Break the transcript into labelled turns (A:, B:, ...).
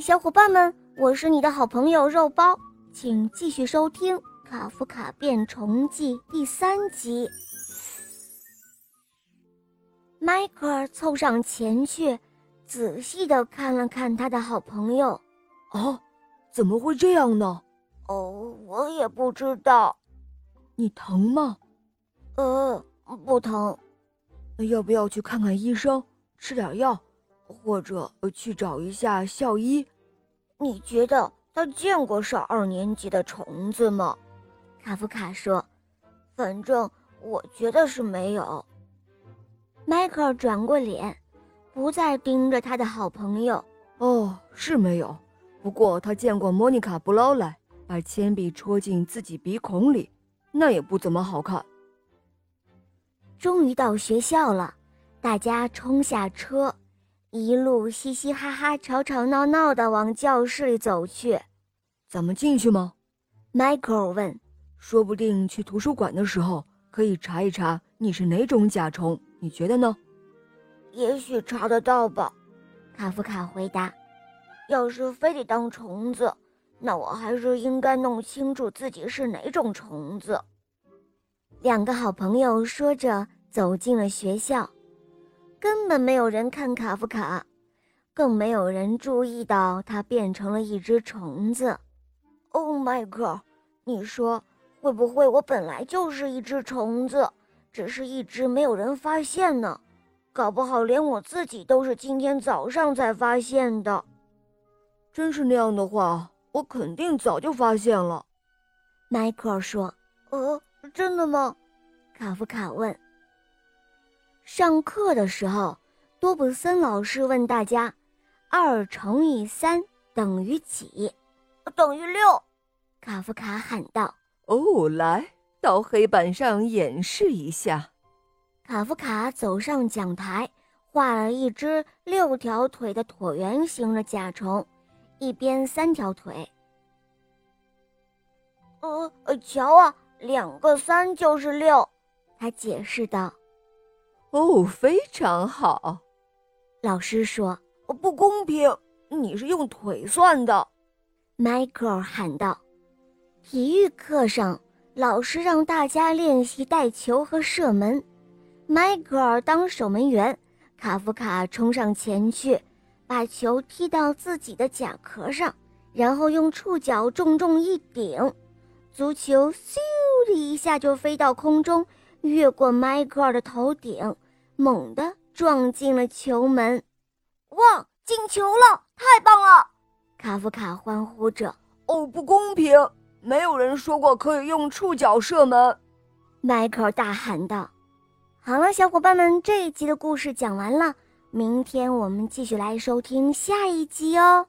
A: 小伙伴们，我是你的好朋友肉包，请继续收听《卡夫卡变虫记》第三集。迈克尔凑上前去，仔细的看了看他的好朋友。
B: 啊，怎么会这样呢？
A: 哦，我也不知道。
B: 你疼吗？
A: 呃，不疼。
B: 要不要去看看医生，吃点药，或者呃去找一下校医？
A: 你觉得他见过上二年级的虫子吗？卡夫卡说：“反正我觉得是没有。”迈克尔转过脸，不再盯着他的好朋友。
B: 哦，是没有。不过他见过莫妮卡·布劳莱把铅笔戳进自己鼻孔里，那也不怎么好看。
A: 终于到学校了，大家冲下车，一路嘻嘻哈哈、吵吵闹闹的往教室里走去。
B: 咱们进去吗？
A: 迈克尔问
B: 说不定去图书馆的时候可以查一查你是哪种甲虫，你觉得呢？：“
A: 也许查得到吧？”卡夫卡回答：“要是非得当虫子，那我还是应该弄清楚自己是哪种虫子。”两个好朋友说着走进了学校，根本没有人看卡夫卡，更没有人注意到他变成了一只虫子。哦，迈克尔，你说会不会我本来就是一只虫子，只是一直没有人发现呢？搞不好连我自己都是今天早上才发现的。
B: 真是那样的话，我肯定早就发现了。
A: 迈克尔说：“呃，真的吗？”卡夫卡问。上课的时候，多布森老师问大家：“二乘以三等于几？”“等于六。”卡夫卡喊道。
B: 哦，来到黑板上演示一下。
A: 卡夫卡走上讲台，画了一只六条腿的椭圆形的甲虫，一边三条腿。呃，呃瞧啊，两个三就是六，他解释道。
B: 哦，非常好。哦
A: 老师说，
B: 不公平，你是用腿算的。
A: 迈克尔喊道：“体育课上，老师让大家练习带球和射门。迈克尔当守门员，卡夫卡冲上前去，把球踢到自己的甲壳上，然后用触角重重一顶，足球咻的一下就飞到空中，越过迈克尔的头顶，猛地撞进了球门。哇，进球了！太棒了！”卡夫卡欢呼着。
B: 哦，不公平，没有人说过可以用触角射门。
A: 迈克尔大喊道：“好了，小伙伴们，这一集的故事讲完了，明天我们继续来收听下一集哦。”